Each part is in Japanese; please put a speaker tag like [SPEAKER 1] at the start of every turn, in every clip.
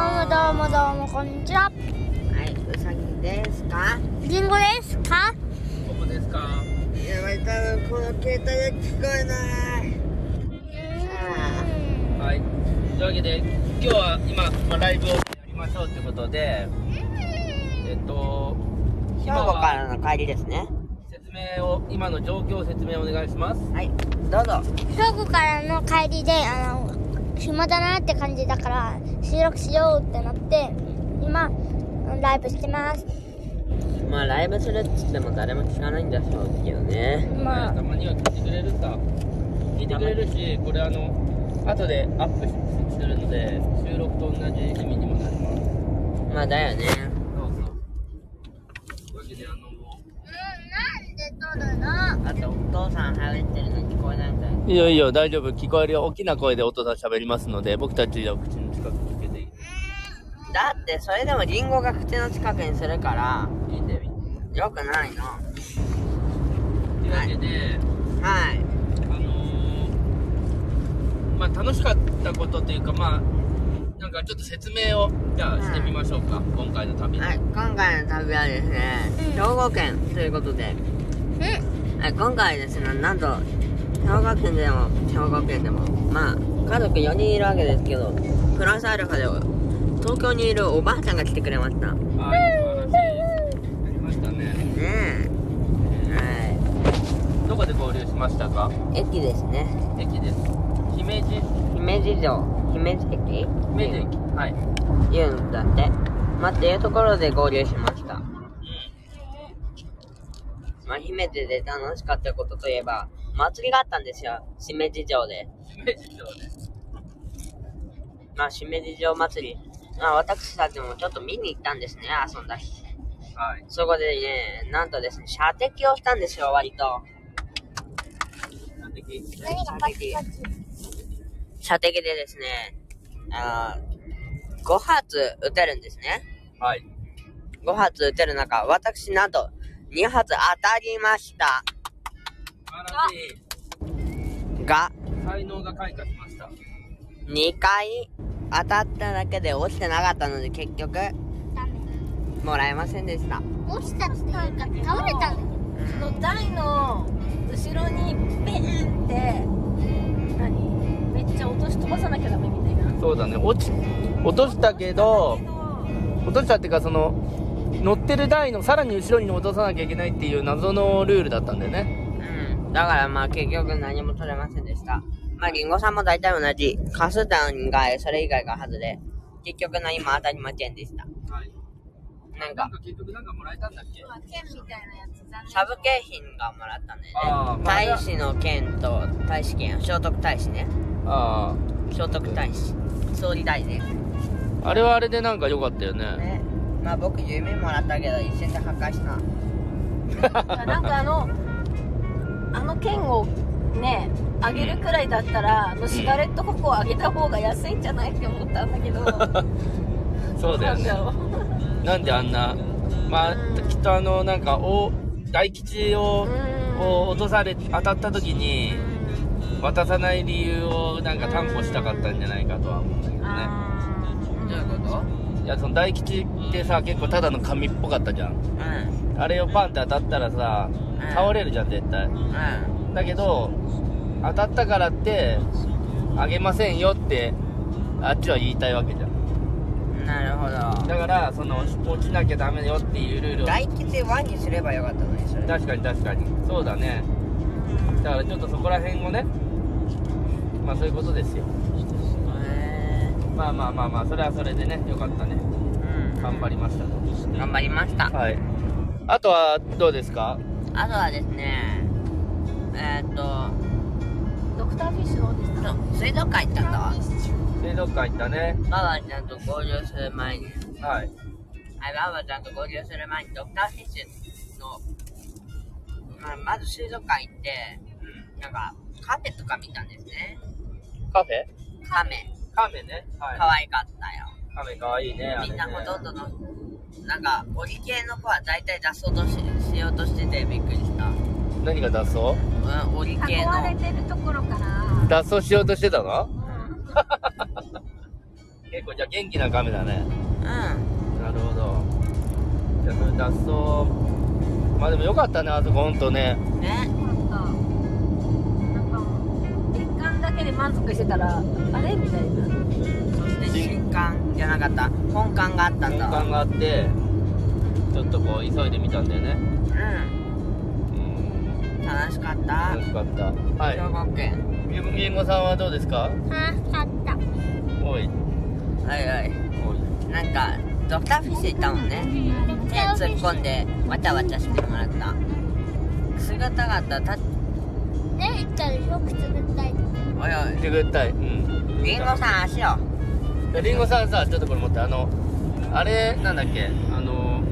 [SPEAKER 1] もどうもこんにち
[SPEAKER 2] は
[SPEAKER 1] は。
[SPEAKER 2] い、うさぎですか。
[SPEAKER 1] りんごですか？
[SPEAKER 3] どこですか
[SPEAKER 2] やばい、多分この携帯で聞こえない。
[SPEAKER 3] はいというわけで今日は今、まあ、ライブをやりましょうってことでえっと
[SPEAKER 2] 兵
[SPEAKER 3] 今
[SPEAKER 2] 庫か
[SPEAKER 3] は
[SPEAKER 2] らの帰りですね。
[SPEAKER 3] 説明を今の状況を説明お願いします
[SPEAKER 2] はい、どうぞ。
[SPEAKER 1] 兵庫からの帰りであの暇だなって感じだから収録しようってなって今ライブしてます。
[SPEAKER 2] まあ、ライブするっつっても誰も聞かないんだ、正直よね。
[SPEAKER 1] ま
[SPEAKER 3] た
[SPEAKER 1] あ
[SPEAKER 3] まには聞いてくれるさ聞いてくれるしこれあの後でアップするので収録と同じ意味にもなります
[SPEAKER 2] まあ、だよね。
[SPEAKER 3] そうそうというわけであの
[SPEAKER 1] うんなんで
[SPEAKER 2] あと、お父さん入ってるの聞こえないみたい。
[SPEAKER 3] いやいや大丈夫聞こえるよ大きな声で音が喋りますので僕たちは口の近くにつけていい
[SPEAKER 2] だって、それでもリンゴが口の近くにするから、
[SPEAKER 3] 聞いてみ
[SPEAKER 2] よくないの。は
[SPEAKER 3] というわけで、
[SPEAKER 2] い。
[SPEAKER 3] あのーまあ楽しかったことというかまあなんかちょっと説明をじゃあしてみましょうか、今回の旅、
[SPEAKER 2] はい、今回の旅はですね、
[SPEAKER 1] うん
[SPEAKER 2] 兵庫県ということで、
[SPEAKER 1] だろうな。
[SPEAKER 2] はい、今回ですね、なんと、兵庫県でも、兵庫県でも、まあ、家族4人いるわけですけど、プラスアルファで、東京にいるおばあちゃんが来てくれました。ね
[SPEAKER 3] はい素晴らしいやりましたね
[SPEAKER 2] え。は
[SPEAKER 3] どこで合流しましたか
[SPEAKER 2] い。駅ですね。
[SPEAKER 3] 駅です姫路
[SPEAKER 2] 姫路城、姫路駅
[SPEAKER 3] 姫路駅はい
[SPEAKER 2] っていうんだって。まあ、っていうところで合流しました。まあ、姫路で楽しかったことといえば、祭りがあったんですよ。姫路城で。
[SPEAKER 3] 姫路城ね
[SPEAKER 2] まあ、姫路城祭り。まあ、私たちもちょっと見に行ったんですね、遊んだ日。
[SPEAKER 3] はい
[SPEAKER 2] そこでね、なんとですね、射的をしたんですよ、割と。
[SPEAKER 3] なんで駅
[SPEAKER 1] 何がパチパチ？
[SPEAKER 2] 射的でですね、あー5発撃てるんですね。
[SPEAKER 3] はい
[SPEAKER 2] 5発撃てる中、私なんと2発当たりました。
[SPEAKER 3] 素晴らしい
[SPEAKER 2] が、
[SPEAKER 3] 才能が開花しました
[SPEAKER 2] 2回当たっただけで落ちてなかったので、結局、
[SPEAKER 1] ダメ。
[SPEAKER 2] もらえませんでした。
[SPEAKER 1] 落ちたっていうか倒れたんだよ。
[SPEAKER 4] その台の後ろにペンって何めっちゃ落とし飛ばさなきゃダメみたいな
[SPEAKER 3] そうだね落ち落としたけど落としたっていうかその乗ってる台のさらに後ろに落とさなきゃいけないっていう謎のルールだったんだよね
[SPEAKER 2] うん、だからまあ結局何も取れませんでした。まあリンゴさんも大体同じ、カスタンがそれ以外が外れ、結局何も当たりませんでした。
[SPEAKER 3] はい
[SPEAKER 2] なん
[SPEAKER 3] な
[SPEAKER 2] か
[SPEAKER 3] ん、か結局なんかもらえたんだっけ
[SPEAKER 4] 剣みたいなやつ残
[SPEAKER 2] サブ景品がもらったんだ
[SPEAKER 3] あ
[SPEAKER 2] よ
[SPEAKER 3] ー
[SPEAKER 2] ね。
[SPEAKER 3] まあ
[SPEAKER 2] 大使の剣と大使剣、聖徳太子ね。
[SPEAKER 3] あ
[SPEAKER 2] 聖徳太子。総理大臣。
[SPEAKER 3] ああれはあれでなんか良かったよね
[SPEAKER 2] ね。まあ僕夢もらったけど一瞬で破壊した。
[SPEAKER 4] 念なんかあのあの剣をねあげるくらいだったらあのシガレットココをあげた方が安いんじゃないって思ったんだけど
[SPEAKER 3] そうだよね
[SPEAKER 4] なんだろ
[SPEAKER 3] なんであんなまあ
[SPEAKER 4] うん
[SPEAKER 3] きっとあのなんか大大吉を
[SPEAKER 4] ううん
[SPEAKER 3] を落とされ当たった時に
[SPEAKER 4] うん
[SPEAKER 3] 渡さない理由をなんか担保したかったんじゃないかとは思うんだけどね
[SPEAKER 4] あー
[SPEAKER 2] こと
[SPEAKER 3] いやその大吉ってさ結構ただの紙っぽかったじゃん
[SPEAKER 2] うん。
[SPEAKER 3] あれをパンって当たったらさ
[SPEAKER 2] うん
[SPEAKER 3] 倒れるじゃん絶対
[SPEAKER 2] うん。
[SPEAKER 3] だけど当たったからってあげませんよってあっちは言いたいわけじゃん
[SPEAKER 2] なるほ
[SPEAKER 3] だからその落ちなきゃダメよっていうルール
[SPEAKER 2] ど。
[SPEAKER 3] を
[SPEAKER 2] 大吉ワンにすればよかったのに、それ。
[SPEAKER 3] 確かに確かにそうだねだからちょっとそこら辺をねまあそういうことですよ
[SPEAKER 2] へ
[SPEAKER 3] まあまあまあまあそれはそれでねよかったね
[SPEAKER 2] ー
[SPEAKER 3] 頑張りまし
[SPEAKER 2] うん。頑張りました
[SPEAKER 3] た。はいあとはどうですか
[SPEAKER 2] あとはですね、えーっと、
[SPEAKER 4] ドクターフィッシュの方ですか
[SPEAKER 2] そう水族館行ったんだわ。
[SPEAKER 3] 水族館行ったね
[SPEAKER 2] ババちゃんと合流する前に、
[SPEAKER 3] はい
[SPEAKER 2] はい、ババちゃんと合流する前にドクターフィッシュの、まあ、まず水族館行って、なんか、カフェとか見たんですね。
[SPEAKER 3] カフェ
[SPEAKER 2] カメ、
[SPEAKER 3] カメねはい
[SPEAKER 2] 可愛かった
[SPEAKER 3] カメかわいいねあ
[SPEAKER 2] よ。
[SPEAKER 3] れ
[SPEAKER 2] みん
[SPEAKER 3] ね
[SPEAKER 2] なほとんどの、なんか、折り系の子は大体出そうとししようとしててびっくりした。
[SPEAKER 3] 何が脱走
[SPEAKER 2] うん、折り系
[SPEAKER 4] 囲
[SPEAKER 2] の。
[SPEAKER 4] われてるところから
[SPEAKER 3] 脱 走しようとしてたの結構じゃあ元気なカメだね
[SPEAKER 2] うんう
[SPEAKER 3] なるほどじゃあそれ脱走まあでもよかったねあそこほんとね
[SPEAKER 2] んね
[SPEAKER 4] なんかもう、一貫だけで満足してたら、あれみたいな。
[SPEAKER 2] そして新刊じゃなかった本館があったん
[SPEAKER 3] 本
[SPEAKER 2] だ
[SPEAKER 3] 館があってちょっとこう急いでみたんだよね
[SPEAKER 2] うん
[SPEAKER 3] うん
[SPEAKER 2] 楽しかった
[SPEAKER 3] 楽しかったはい
[SPEAKER 2] 兵庫県
[SPEAKER 3] みみんごさんはどうですか
[SPEAKER 1] 楽しかった
[SPEAKER 3] おい
[SPEAKER 2] はいはい
[SPEAKER 3] おい
[SPEAKER 2] なんかドクターフィッシュいたもんね手突っ込んでわちゃわちゃしてもらった薬がたかったた
[SPEAKER 1] ね言ったでしょくすぐったいって
[SPEAKER 2] おい
[SPEAKER 3] 見てくださいうん
[SPEAKER 2] おいりんごさん足を
[SPEAKER 3] りんごさんさちょっとこれ持ってあのあれなんだっけあの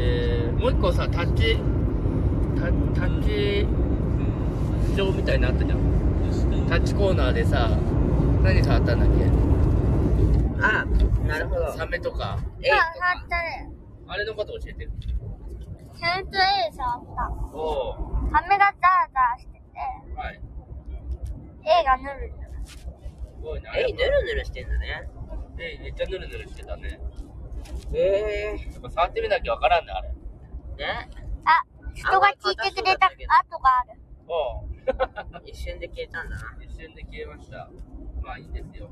[SPEAKER 3] えー、もう一個さタッチタタッチ場みたいなのあったじゃんタッチコーナーでさ何触ったんだっけ
[SPEAKER 2] あなるほど
[SPEAKER 3] サメとか
[SPEAKER 2] えい
[SPEAKER 1] あ触ったね
[SPEAKER 3] あれのこと教えて
[SPEAKER 1] ちゃんと A 触った
[SPEAKER 3] おお
[SPEAKER 1] 髪がダラダラしてて
[SPEAKER 3] はい
[SPEAKER 1] A がぬるぬる
[SPEAKER 3] すごいねあれ
[SPEAKER 2] えいぬるぬるしてんだね
[SPEAKER 3] えいめっちゃぬるぬるしてたね
[SPEAKER 2] ええ
[SPEAKER 3] やっぱ触ってみなきゃわからんねあれ
[SPEAKER 2] ね
[SPEAKER 1] あ人が聞いてくれた跡がある
[SPEAKER 3] おお
[SPEAKER 2] 一瞬で消えたんだな
[SPEAKER 3] 一瞬で消えましたまあいいですよ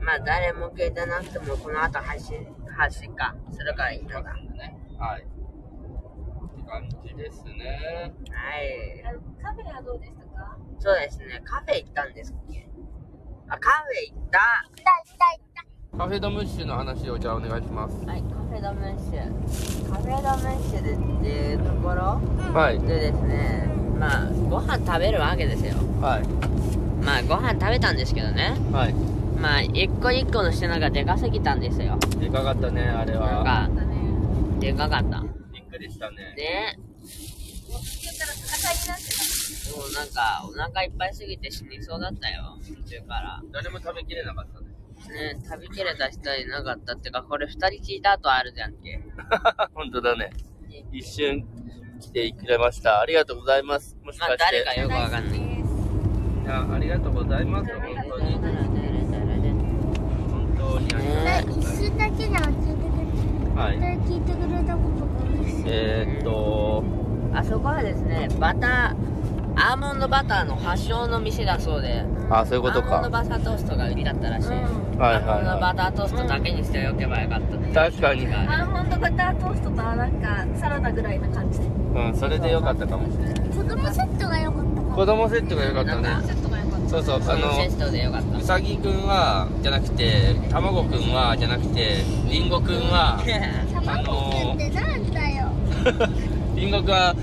[SPEAKER 2] まあ誰も消えてなくてもこの後配信発信かするからいいのだは
[SPEAKER 3] ね。はい。って感じですね。
[SPEAKER 2] い
[SPEAKER 4] カフェはどうでしたか
[SPEAKER 2] そうですねカフェ行ったんですっけあカフェ行った
[SPEAKER 1] 痛い痛い痛い
[SPEAKER 3] カフェドムッシュの話をじゃあお願いします。
[SPEAKER 2] はい、カフェダメッシュ。カフェダメッシュでっていうところ
[SPEAKER 3] はい。
[SPEAKER 2] でですね、まあ、ご飯食べるわけですよ。
[SPEAKER 3] はい。
[SPEAKER 2] まあ、ご飯食べたんですけどね。
[SPEAKER 3] はい。
[SPEAKER 2] まあ、一個一個の品がでかすぎたんですよ。
[SPEAKER 3] でかかったね、あれ
[SPEAKER 2] なんか、
[SPEAKER 3] は。
[SPEAKER 4] だね。
[SPEAKER 2] でかかった。
[SPEAKER 3] びっくりしたね。
[SPEAKER 2] ね
[SPEAKER 4] もう聞けたら戦いになってた。
[SPEAKER 2] もうなんか、お腹いっぱいすぎて死にそうだったよ。途中から。
[SPEAKER 3] 誰も食べきれなかったね。
[SPEAKER 2] ね食べきれた人いなかったってか、これ二人聞いた後あるじゃんけ。
[SPEAKER 3] 本当だね。一瞬来てくれました。ありがとうございます。もしか
[SPEAKER 2] ま
[SPEAKER 3] し
[SPEAKER 2] あ、
[SPEAKER 3] て。
[SPEAKER 2] 誰かよくわかんない。
[SPEAKER 3] いやありがとうございます。本当に。本当にありが
[SPEAKER 1] ね
[SPEAKER 3] とうご
[SPEAKER 1] 一
[SPEAKER 3] ざい
[SPEAKER 1] 瞬だけなの聞いてくれ
[SPEAKER 3] ます。はい。
[SPEAKER 1] た聞いてくれたことが嬉しい
[SPEAKER 3] えー、っと、
[SPEAKER 2] あそこはですね、バター、アーモンドバターの発祥の店だそうで、
[SPEAKER 3] あ、そういうこと
[SPEAKER 2] アーモンドバ
[SPEAKER 3] か。
[SPEAKER 2] タートーストが売りだったらしい、
[SPEAKER 4] うん
[SPEAKER 3] はい
[SPEAKER 2] ア
[SPEAKER 3] は
[SPEAKER 2] ー
[SPEAKER 3] い
[SPEAKER 2] モンドバ
[SPEAKER 3] は
[SPEAKER 2] タートーストだけにしておけばよかった
[SPEAKER 3] い。確かに。
[SPEAKER 4] アーモンドバタートーストとなんかサラダぐらいな感じで。
[SPEAKER 3] うん、それでよかったかもしれない。
[SPEAKER 1] 子供セットが良かったか
[SPEAKER 3] 子供セットが良かっ
[SPEAKER 2] な
[SPEAKER 3] た
[SPEAKER 2] ん
[SPEAKER 3] ね
[SPEAKER 2] か
[SPEAKER 4] セットが良かった。
[SPEAKER 3] そうそうあ
[SPEAKER 2] あのテ
[SPEAKER 3] の
[SPEAKER 2] ストでよかった
[SPEAKER 3] うさぎくんはじゃなくてたまごくんはじゃなくてりんごくんは
[SPEAKER 1] 卵ってなんだよ
[SPEAKER 3] りんごくんは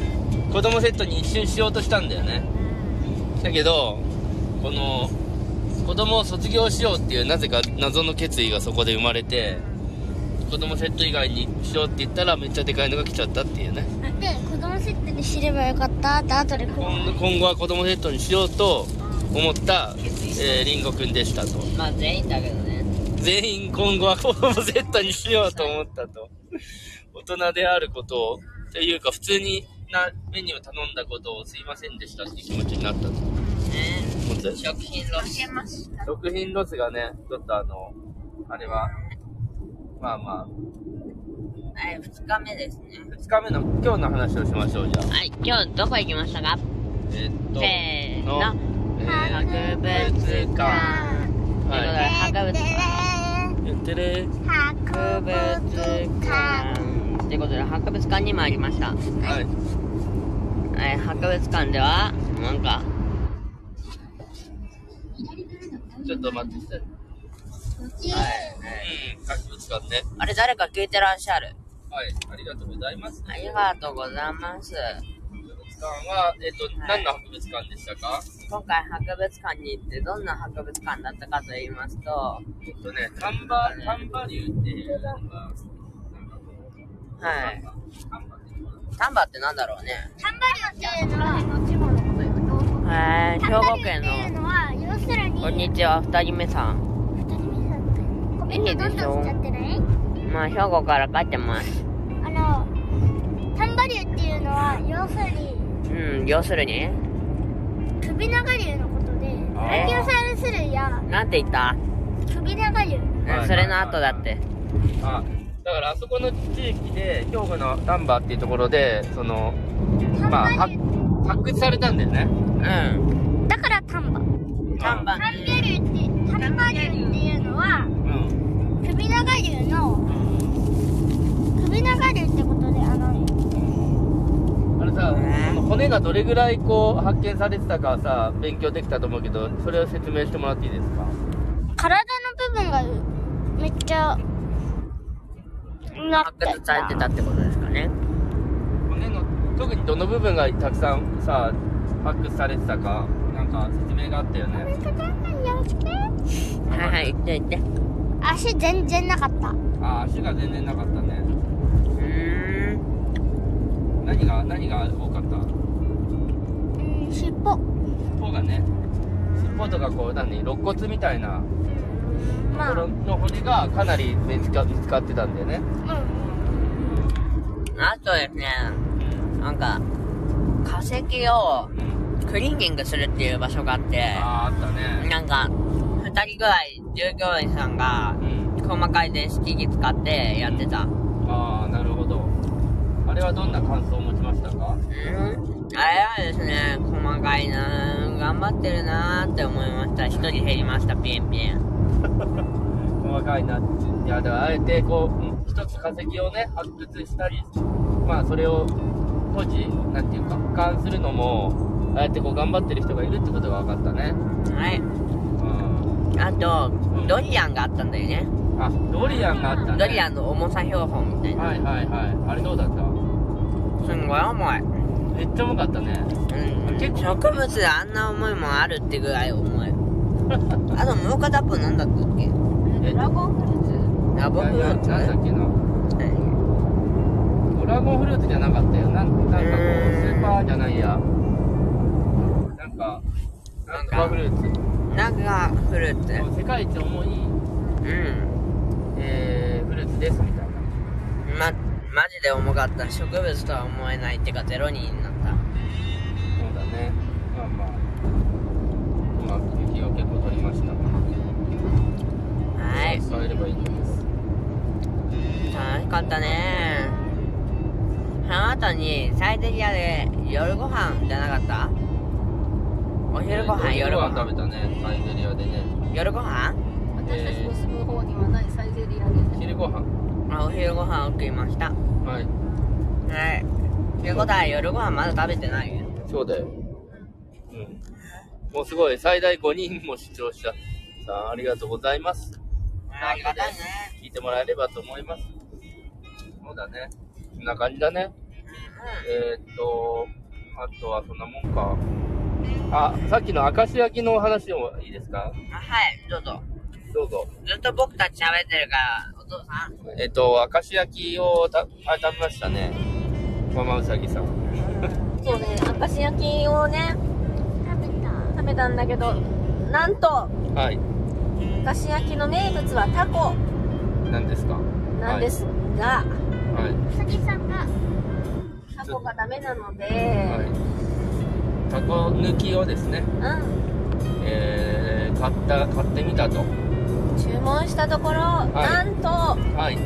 [SPEAKER 3] 子供セットに一瞬しようとしたんだよねだけどこの子供を卒業しようっていうなぜか謎の決意がそこで生まれて子供セット以外にしようって言ったらめっちゃでかいのが来ちゃったっていうね
[SPEAKER 1] で子供セットにすればよかったって後でこ
[SPEAKER 3] 今今後は子供セットにしようと思った、えー、りんごくんでしたと
[SPEAKER 2] まあ全員だけどね
[SPEAKER 3] 全員今後は子供セットにしようと思ったと。大人であることを、というか普通になメニューを頼んだことをすいませんでしたっていう気持ちになったと思
[SPEAKER 2] ね
[SPEAKER 3] ってたよ
[SPEAKER 2] 食品ロス
[SPEAKER 3] 食品ロスがね、ちょっとあの、あれは、まあま
[SPEAKER 2] はい2日目ですね
[SPEAKER 3] あ、2日目の今日の話をしましょう、じゃあ。
[SPEAKER 2] はい今日どこ行きましたか
[SPEAKER 3] えーっと、
[SPEAKER 2] せーの
[SPEAKER 3] のえー
[SPEAKER 2] 博物館
[SPEAKER 3] は
[SPEAKER 2] 博物館
[SPEAKER 3] い。言ってれー。
[SPEAKER 1] 博物館
[SPEAKER 2] ということで博物館に参りました
[SPEAKER 3] はい。
[SPEAKER 2] はい博物館ではなんか
[SPEAKER 3] ちょっと待ってください。うん、博物館ね。
[SPEAKER 2] あれ誰か聞いてらっしゃる
[SPEAKER 3] はい、ありがとうございます。
[SPEAKER 2] ありがとうございます
[SPEAKER 3] 博物館は、えっと、何の博物館でしたか
[SPEAKER 2] 今回博物館に行ってどんな博物館だったかと言いますとは
[SPEAKER 3] えっとね、サンバ、サンバリューっていうのが、
[SPEAKER 2] い丹波ってなんだろうね
[SPEAKER 1] タンバリオっていうのは
[SPEAKER 4] の地方のこと言うと。
[SPEAKER 2] へえ兵
[SPEAKER 1] タンバ
[SPEAKER 2] 庫
[SPEAKER 1] リオ
[SPEAKER 2] 県
[SPEAKER 1] っていう
[SPEAKER 2] の
[SPEAKER 1] のは要するに
[SPEAKER 2] こんにちは二人目さん
[SPEAKER 1] 米ってどんどんしちゃってない
[SPEAKER 2] まあ兵庫から帰ってます
[SPEAKER 1] あのタンバリュっていうのは要するに
[SPEAKER 2] うん要するに
[SPEAKER 1] 首長竜のことで
[SPEAKER 3] あー
[SPEAKER 1] ランキロサウルス類や
[SPEAKER 2] なんて言った、
[SPEAKER 1] 首長竜
[SPEAKER 2] うん
[SPEAKER 3] はい
[SPEAKER 2] それの後だって
[SPEAKER 1] あ
[SPEAKER 3] あだからあそこの地域で兵庫の丹波っていうところでそのまあ発発掘されたんだよね
[SPEAKER 2] うん
[SPEAKER 1] だから丹波
[SPEAKER 2] 丹波
[SPEAKER 1] 丹下流って丹波流っていうのは
[SPEAKER 3] うん
[SPEAKER 1] 首長流の首長流ってことであの
[SPEAKER 3] あれさ、
[SPEAKER 2] ね
[SPEAKER 3] その骨がどれぐらいこう発見されてたかはさ勉強できたと思うけどそれを説明してもらっていいですか
[SPEAKER 1] 体の部分がめっちゃな
[SPEAKER 2] 発
[SPEAKER 1] って
[SPEAKER 2] 掘されてたってことですかね
[SPEAKER 3] 骨の特にどの部分がたくさんさ発掘されてたかなんか説明があったよね
[SPEAKER 2] はいはい行って行って
[SPEAKER 1] 足全然なかった
[SPEAKER 3] あ足が全然なかったね
[SPEAKER 2] うーん
[SPEAKER 3] 何が何が多かった
[SPEAKER 1] うん尻尾
[SPEAKER 3] 尻尾がね尻尾とかこう何肋骨みたいなと
[SPEAKER 1] ま
[SPEAKER 3] こ
[SPEAKER 1] あ
[SPEAKER 3] ろの骨がかなり見つか見つかってたんだよね
[SPEAKER 1] うん
[SPEAKER 2] あとですねなんか化石をクリーニングするっていう場所があって
[SPEAKER 3] あああったね
[SPEAKER 2] なんか2人ぐらい従業員さんが
[SPEAKER 3] うん
[SPEAKER 2] 細かい電子機器使ってやってた
[SPEAKER 3] ああなるほどあれはどんな感想を持ちました
[SPEAKER 2] う
[SPEAKER 3] か
[SPEAKER 2] んあれはですね細かいなぁ頑張ってるなぁって思いました一人減りましたピンピン
[SPEAKER 3] 細かいないやでもあえてこううん一つ化石をね発掘したりまあそれを当時なんていうか俯瞰するのもああやってこう頑張ってる人がいるってことが分かったね
[SPEAKER 2] はい
[SPEAKER 3] うん
[SPEAKER 2] あとドリアンがあったんだよね
[SPEAKER 3] あドリアンがあったね
[SPEAKER 2] ドリアンの重さ標本みたいな
[SPEAKER 3] はいはいはいあれどうだった
[SPEAKER 2] すんごい重い、
[SPEAKER 3] めっちゃ重かったね
[SPEAKER 2] うん、
[SPEAKER 3] 結構
[SPEAKER 2] 植物であんな重いもんあるってぐらい重い あともう片っぽなんだったっけ
[SPEAKER 4] ドラゴンフルーツ
[SPEAKER 2] ラボフルーツ
[SPEAKER 3] なんだっけなドラゴンフルーツじゃなかったよなんなんかこうスーパーじゃないやなんかなんとかフルーツ
[SPEAKER 2] なんかフルーツ
[SPEAKER 3] 世界一重い、
[SPEAKER 2] うん
[SPEAKER 3] えー、フルーツですみたいな
[SPEAKER 2] まマジで重かった植物とは思えないってかゼロ人になった
[SPEAKER 3] そうだねまあまあうまく雪を結構取りました
[SPEAKER 2] はい
[SPEAKER 3] 使えればいいです
[SPEAKER 2] 楽しかったねその後にサイゼリアで夜ご飯じゃなかったお昼ご飯夜ご
[SPEAKER 3] 食
[SPEAKER 2] 飯
[SPEAKER 3] べたねサイゼリアでね
[SPEAKER 2] 夜ご飯
[SPEAKER 4] 私たちの住む方にはないサイゼリアで
[SPEAKER 3] 昼ご飯
[SPEAKER 2] あお昼ご飯を食いましたは
[SPEAKER 3] はい
[SPEAKER 2] いってことは夜ご飯まだ食べてないよ
[SPEAKER 3] そうだよ。うん。もうすごい、最大5人も視聴者さん、ありがとうございます。
[SPEAKER 2] ありがたいね
[SPEAKER 3] 聞いてもらえればと思います。そうだね。そんな感じだね。えーっと、あとはそんなもんか。あ、さっきの明石焼きのお話をいいですか
[SPEAKER 2] あはいどうぞ
[SPEAKER 3] どうぞ。
[SPEAKER 2] ずっと僕たち喋ってるからお父さん
[SPEAKER 3] えーっと、明石焼きをたあ食べましたね。ママウサギさん。
[SPEAKER 4] すそうね明石焼きをね
[SPEAKER 1] 食べた
[SPEAKER 4] 食べたんだけどなんと
[SPEAKER 3] はい。
[SPEAKER 4] 明石焼きの名物はタコ
[SPEAKER 3] 何ですか
[SPEAKER 4] なんですが、
[SPEAKER 3] はい。
[SPEAKER 1] うさぎさんが
[SPEAKER 4] タコがダメなので、
[SPEAKER 3] はい。タコ抜きをですね。
[SPEAKER 4] う
[SPEAKER 3] えー買った買ってみたと
[SPEAKER 4] ん注文したところ、
[SPEAKER 3] い
[SPEAKER 4] なんと
[SPEAKER 3] はい、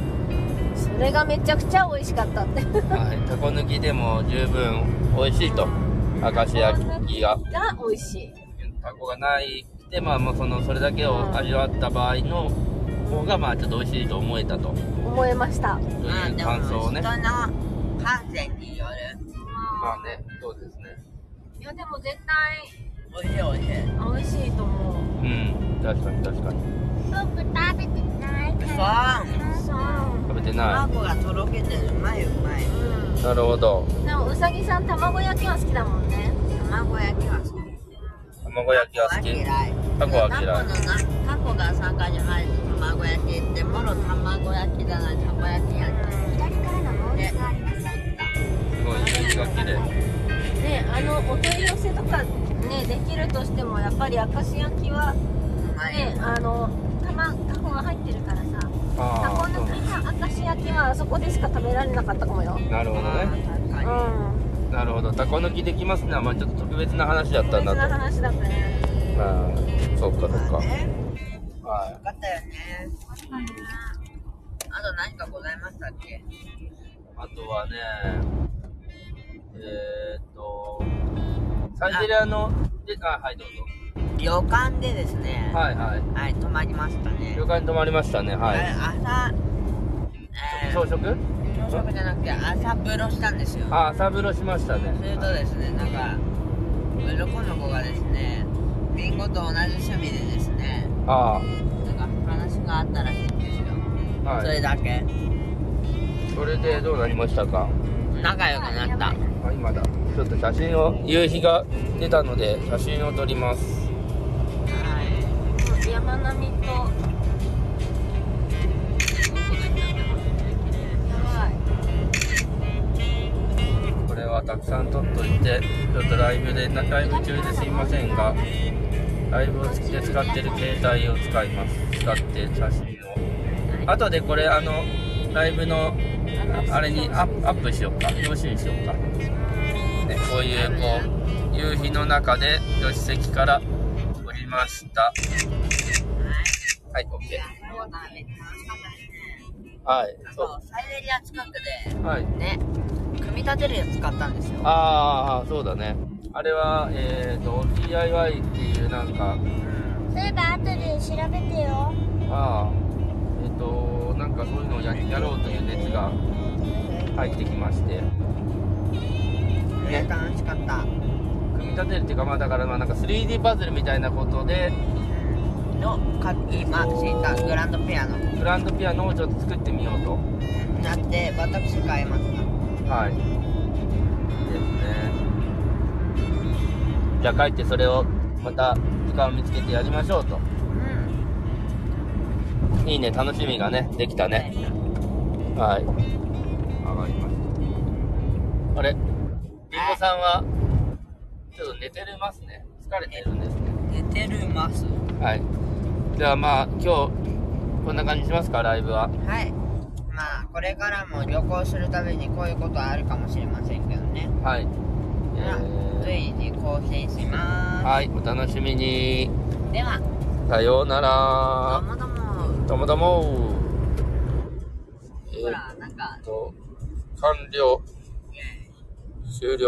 [SPEAKER 4] それがめちゃくちゃ美味しかったって
[SPEAKER 3] はい、タコ抜きでも十分美味しいと明石焼きが
[SPEAKER 4] が美味しい
[SPEAKER 3] タコがないでまあもうそのそれだけを味わった場合の方がまあちょっと美味しいと思えたと
[SPEAKER 4] 思えました
[SPEAKER 3] と
[SPEAKER 2] う
[SPEAKER 3] い
[SPEAKER 2] ん
[SPEAKER 3] う
[SPEAKER 2] でも
[SPEAKER 3] 感想をね
[SPEAKER 2] 人の感性による
[SPEAKER 3] まあねそうですね
[SPEAKER 4] いやでも絶対
[SPEAKER 2] おいしいおいしい
[SPEAKER 4] 美味しいと思う
[SPEAKER 3] うん確かに確かに
[SPEAKER 1] 僕食べてないか
[SPEAKER 2] そう
[SPEAKER 1] ら
[SPEAKER 4] そう
[SPEAKER 3] 食べてな
[SPEAKER 2] 卵がとろけてうまいうまい
[SPEAKER 3] いなるほど
[SPEAKER 4] うんでもうさぎさん卵焼きは好きだもんね
[SPEAKER 2] 卵焼きは好き
[SPEAKER 3] 卵焼きは好き
[SPEAKER 2] 嫌い
[SPEAKER 3] タコは嫌い
[SPEAKER 2] タコのなタコが中に入る卵焼きってもろ卵焼きじゃないたこ焼きやん
[SPEAKER 1] 左からのモールがありません
[SPEAKER 3] すごい水が綺麗
[SPEAKER 4] ねあのお取り寄せとかねできるとしてもやっぱり明石焼きは
[SPEAKER 2] うまい
[SPEAKER 4] ねあのたまタコが入ってるからさタ
[SPEAKER 3] あ
[SPEAKER 4] コ
[SPEAKER 3] あそ
[SPEAKER 4] の
[SPEAKER 3] うね
[SPEAKER 4] きの明石焼きはあそこでしか食べられなかったかもよ
[SPEAKER 3] なるほど
[SPEAKER 2] あ
[SPEAKER 3] ね
[SPEAKER 2] ー
[SPEAKER 4] う
[SPEAKER 2] 確か
[SPEAKER 4] ん
[SPEAKER 3] なるほどタコ抜きできますねまあちょっと特別な話だった
[SPEAKER 4] 別
[SPEAKER 3] ん
[SPEAKER 4] な
[SPEAKER 3] だと
[SPEAKER 4] 話だったね
[SPEAKER 3] ああそっかそっ
[SPEAKER 2] に
[SPEAKER 3] か
[SPEAKER 2] ね
[SPEAKER 3] は
[SPEAKER 2] よかったよねあと何かございましたっけ
[SPEAKER 3] あとはね、えー、っと、サイゼリアの、で、あ、はい、どうぞ。
[SPEAKER 2] 旅館でですね、は
[SPEAKER 3] はいはい。
[SPEAKER 2] い、泊まりましたね
[SPEAKER 3] 旅。館に泊まりましたね、は
[SPEAKER 2] あれ
[SPEAKER 3] い。
[SPEAKER 2] 朝、えー
[SPEAKER 3] 朝食
[SPEAKER 2] 朝食じゃなくて朝風呂したんですよ。
[SPEAKER 3] あ、朝風呂しましたね。
[SPEAKER 2] するとですね、なんか、鱗の子がですね、リンゴと同じ趣味でですね、
[SPEAKER 3] あ
[SPEAKER 2] なんか話があったらしいんですよ。
[SPEAKER 3] あ、は
[SPEAKER 2] それ
[SPEAKER 3] い。
[SPEAKER 2] だけ。
[SPEAKER 3] それでどうなりましたか
[SPEAKER 2] 仲良くなった。
[SPEAKER 3] あ今だちょっと写真を夕日が出たので写真を撮ります
[SPEAKER 2] は
[SPEAKER 4] 山並みとやばい
[SPEAKER 3] これはたくさん撮っといてちょっとライブでなライブ中ですいませんがライブで使ってる携帯を使います使って写真をあとでこれあのライブのあれにアップアップしようか表紙にしようか、ね、こういうこう夕日の中で助手席から撮りましたはい OK
[SPEAKER 2] い。そうだね。楽しかったですね。
[SPEAKER 3] はい
[SPEAKER 2] あ
[SPEAKER 3] そ
[SPEAKER 2] と、サイゼリア近くで、
[SPEAKER 3] うはい
[SPEAKER 2] ね、組み立てるやつ買ったんですよ。
[SPEAKER 3] ああそうだねあれはえっ、と DIY っていうなんか
[SPEAKER 1] そういえば後で調べてよ
[SPEAKER 3] ああえっ、となんかそういうのをややろうという熱が入ってきまして
[SPEAKER 2] ね、楽しかった。
[SPEAKER 3] 組み立てるっていうかまあだからまあなんか 3D パズルみたいなことで
[SPEAKER 2] の、か今、新刊グランドピアノ
[SPEAKER 3] グランドピアノをちょっと作ってみようと
[SPEAKER 2] になって、私買いました。
[SPEAKER 3] はいですねじゃあ帰ってそれをまた時間を見つけてやりましょうと
[SPEAKER 2] うん。
[SPEAKER 3] いいね楽しみがねできたねはい。上がりました。あれ、りんごさんは、ちょっと寝てるますね。疲れてるんですね。
[SPEAKER 2] 寝てるます。
[SPEAKER 3] はい。ではまあ、今日、こんな感じにしますか、ライブは。
[SPEAKER 2] はい。まあ、これからも旅行するためにこういうことはあるかもしれませんけどね。
[SPEAKER 3] はい。え
[SPEAKER 2] まあ
[SPEAKER 3] ー、
[SPEAKER 2] 随時更新しま
[SPEAKER 3] はい、お楽しみに。
[SPEAKER 2] す。では、
[SPEAKER 3] さような
[SPEAKER 2] どう
[SPEAKER 3] ら。
[SPEAKER 2] もどうも。
[SPEAKER 3] どうもどうも。
[SPEAKER 2] ほら、なんか、
[SPEAKER 3] えーっと、完了。終了。